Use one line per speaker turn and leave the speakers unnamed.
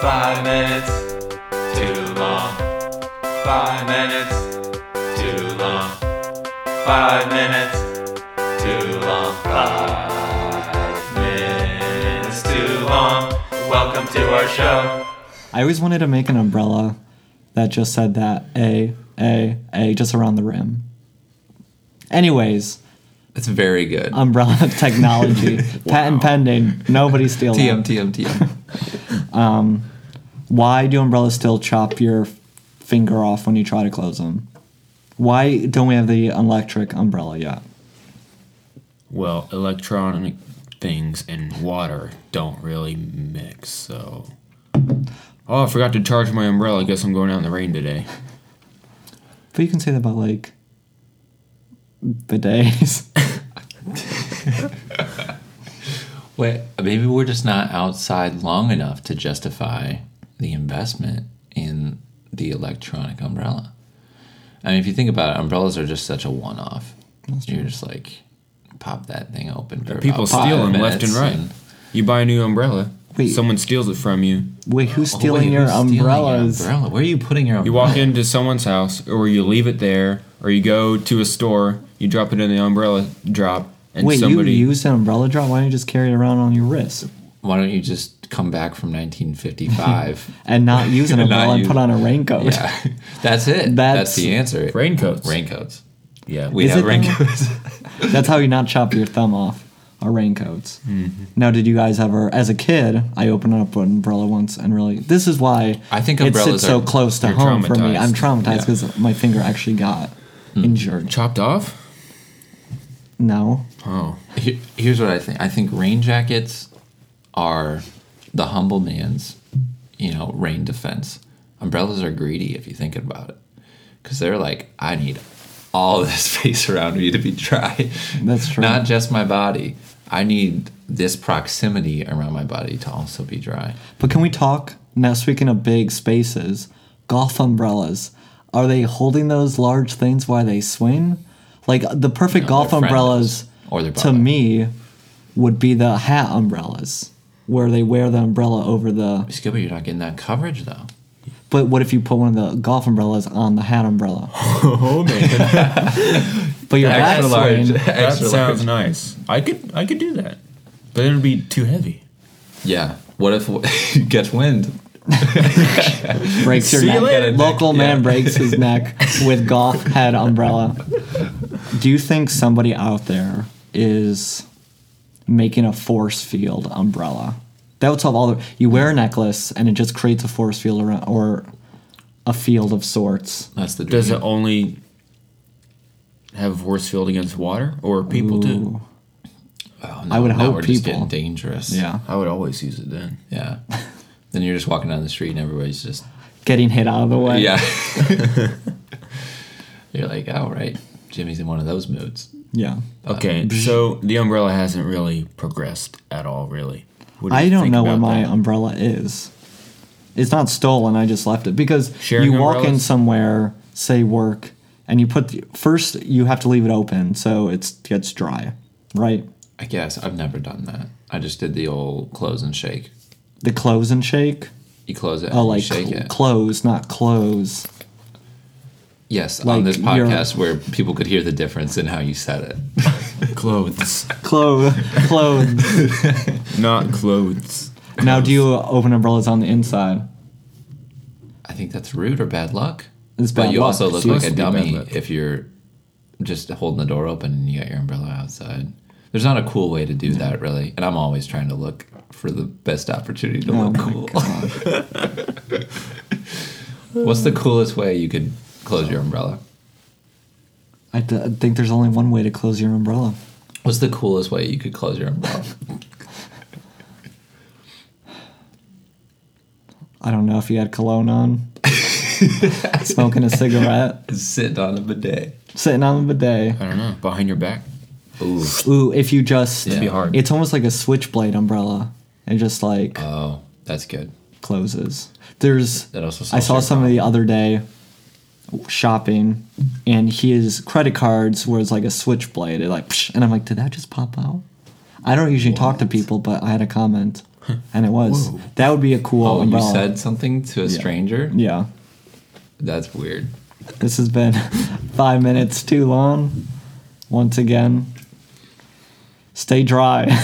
Five minutes too long. Five minutes too long. Five minutes too long. Five minutes too long. Welcome to our show.
I always wanted to make an umbrella that just said that A, A, A, just around the rim. Anyways,
That's very good.
umbrella technology, patent pending, nobody steal them.
TM, TM, TM.
Why do umbrellas still chop your finger off when you try to close them? Why don't we have the electric umbrella yet?
Well, electronic things and water don't really mix, so. Oh, I forgot to charge my umbrella. I guess I'm going out in the rain today.
But you can say that about like bidets.
Wait, maybe we're just not outside long enough to justify the investment in the electronic umbrella. I mean, if you think about it, umbrellas are just such a one off. You're just like, pop that thing open. For
People
about five
steal them left
minutes
and right. You buy a new umbrella,
Wait.
someone steals it from you.
Wait, who's
Oh, wait,
stealing your
who's stealing your
umbrellas?
umbrella? Where are you putting your umbrella?
You walk into someone's house, or you leave it there, or you go to a store, you drop it in the umbrella drop, and
Wait,
somebody.
you used an umbrella drop? Why don't you just carry it around on your wrist?
Why don't you just come back from 1955?
and not use an
And not
umbrella and
use-
put on a raincoat.
yeah, that's it. That's,
That's-
the answer.
Raincoats.
Raincoats.
yeah.
We
Is
have
it though?
raincoats.
That's how you not chop your thumb off. Are raincoats.
Mm-hmm.
Now, did you guys ever, as a kid, I opened up an umbrella once and really, this is why
I think
it sits
umbrellas
so
are-
close to
you're
home for me.
traumatized.
I'm traumatized
Yeah.
because my finger actually got
Hmm.
injured.
Chopped off?
No,
Oh.
Here- Here's what I think. I think rain jackets are the humble man's, you know, rain defense. Umbrellas are greedy if you think about it, because they're like, I need all this space around me to be dry.
That's true.
Not just my body. I need this proximity around my body to also be dry.
but can we talk now? Speaking of big spaces, golf umbrellas. Are they holding those large things while they swing? Like the perfect
No, they're
golf umbrellas,
friendlies. Or they're
to
bottom.
me, would be the hat umbrellas, where they wear the umbrella over the
Skipper, you're not getting that coverage though.
But what if you put one of the golf umbrellas on the hat umbrella?
Oh man,
But your back
Extra large.
swing,
that
Extra large.
sounds nice. I could I could do that, but it would be too heavy.
Yeah. What if it gets wind?
breaks your
See you
neck.
later,
Local
Nick.
man
Yeah.
breaks his neck with golf head umbrella. Do you think somebody out there is making a force field umbrella? That would solve all the. You wear a necklace and it just creates a force field around, or a field of sorts.
That's the dream.
Does it
Mm-hmm.
only have force field against water or people too?
Oh, no,
I would
now
hope
we're just
people-
getting dangerous.
Yeah.
I would always use it then.
Yeah. then you're just walking down the street and everybody's just
Getting hit out of the way.
yeah. you're like, oh right, Jimmy's in one of those moods.
Yeah.
Okay, so the umbrella hasn't really progressed at all, really. What do you
I don't
think
know where
about
my
that?
umbrella is. It's not stolen. I just left it because
Sharing
you walk in
umbrellas?
somewhere, say work, and you put the, first you have to leave it open so it gets dry, right?
I guess I've never done that. I just did the old close and shake.
The close and shake.
You close it and
Oh,
you
like
shake
cl-
it.
close, not close.
yes,
like
on this
you're-
podcast where people could hear the difference in how you said it.
clothes,
Close, clothes.
not clothes.
now, do you open umbrellas on the inside?
I think that's rude or bad luck.
It's
but
bad
you
luck.
also look
It's
like a
supposed to be bad
dummy
luck.
if you're just holding the door open and you got your umbrella outside. There's not a cool way to do that, really. And I'm always trying to look for the best opportunity to
Oh
look
my
cool. What's the coolest way you could close your umbrella?
I d- I think there's only one way to close your umbrella.
What's the coolest way you could close your umbrella?
I don't know if you had cologne on, smoking a cigarette,
Sitting on a bidet.
sitting on the bidet.
I don't know. Behind your back.
Ooh.
Ooh, if you just
That'd be
hard.
It's almost like a switchblade umbrella. It just like
Oh, that's good.
closes. There's
That also
I
solves
saw
your
somebody the other day shopping and his credit cards was like a switchblade. It like psh, and I'm like, did that just pop out? I don't usually talk to people, but I had a comment, and it was that would be a cool
Oh, you
umbrella.
said something to a stranger?
yeah.
That's weird.
This has been five minutes too long. Once again, stay dry.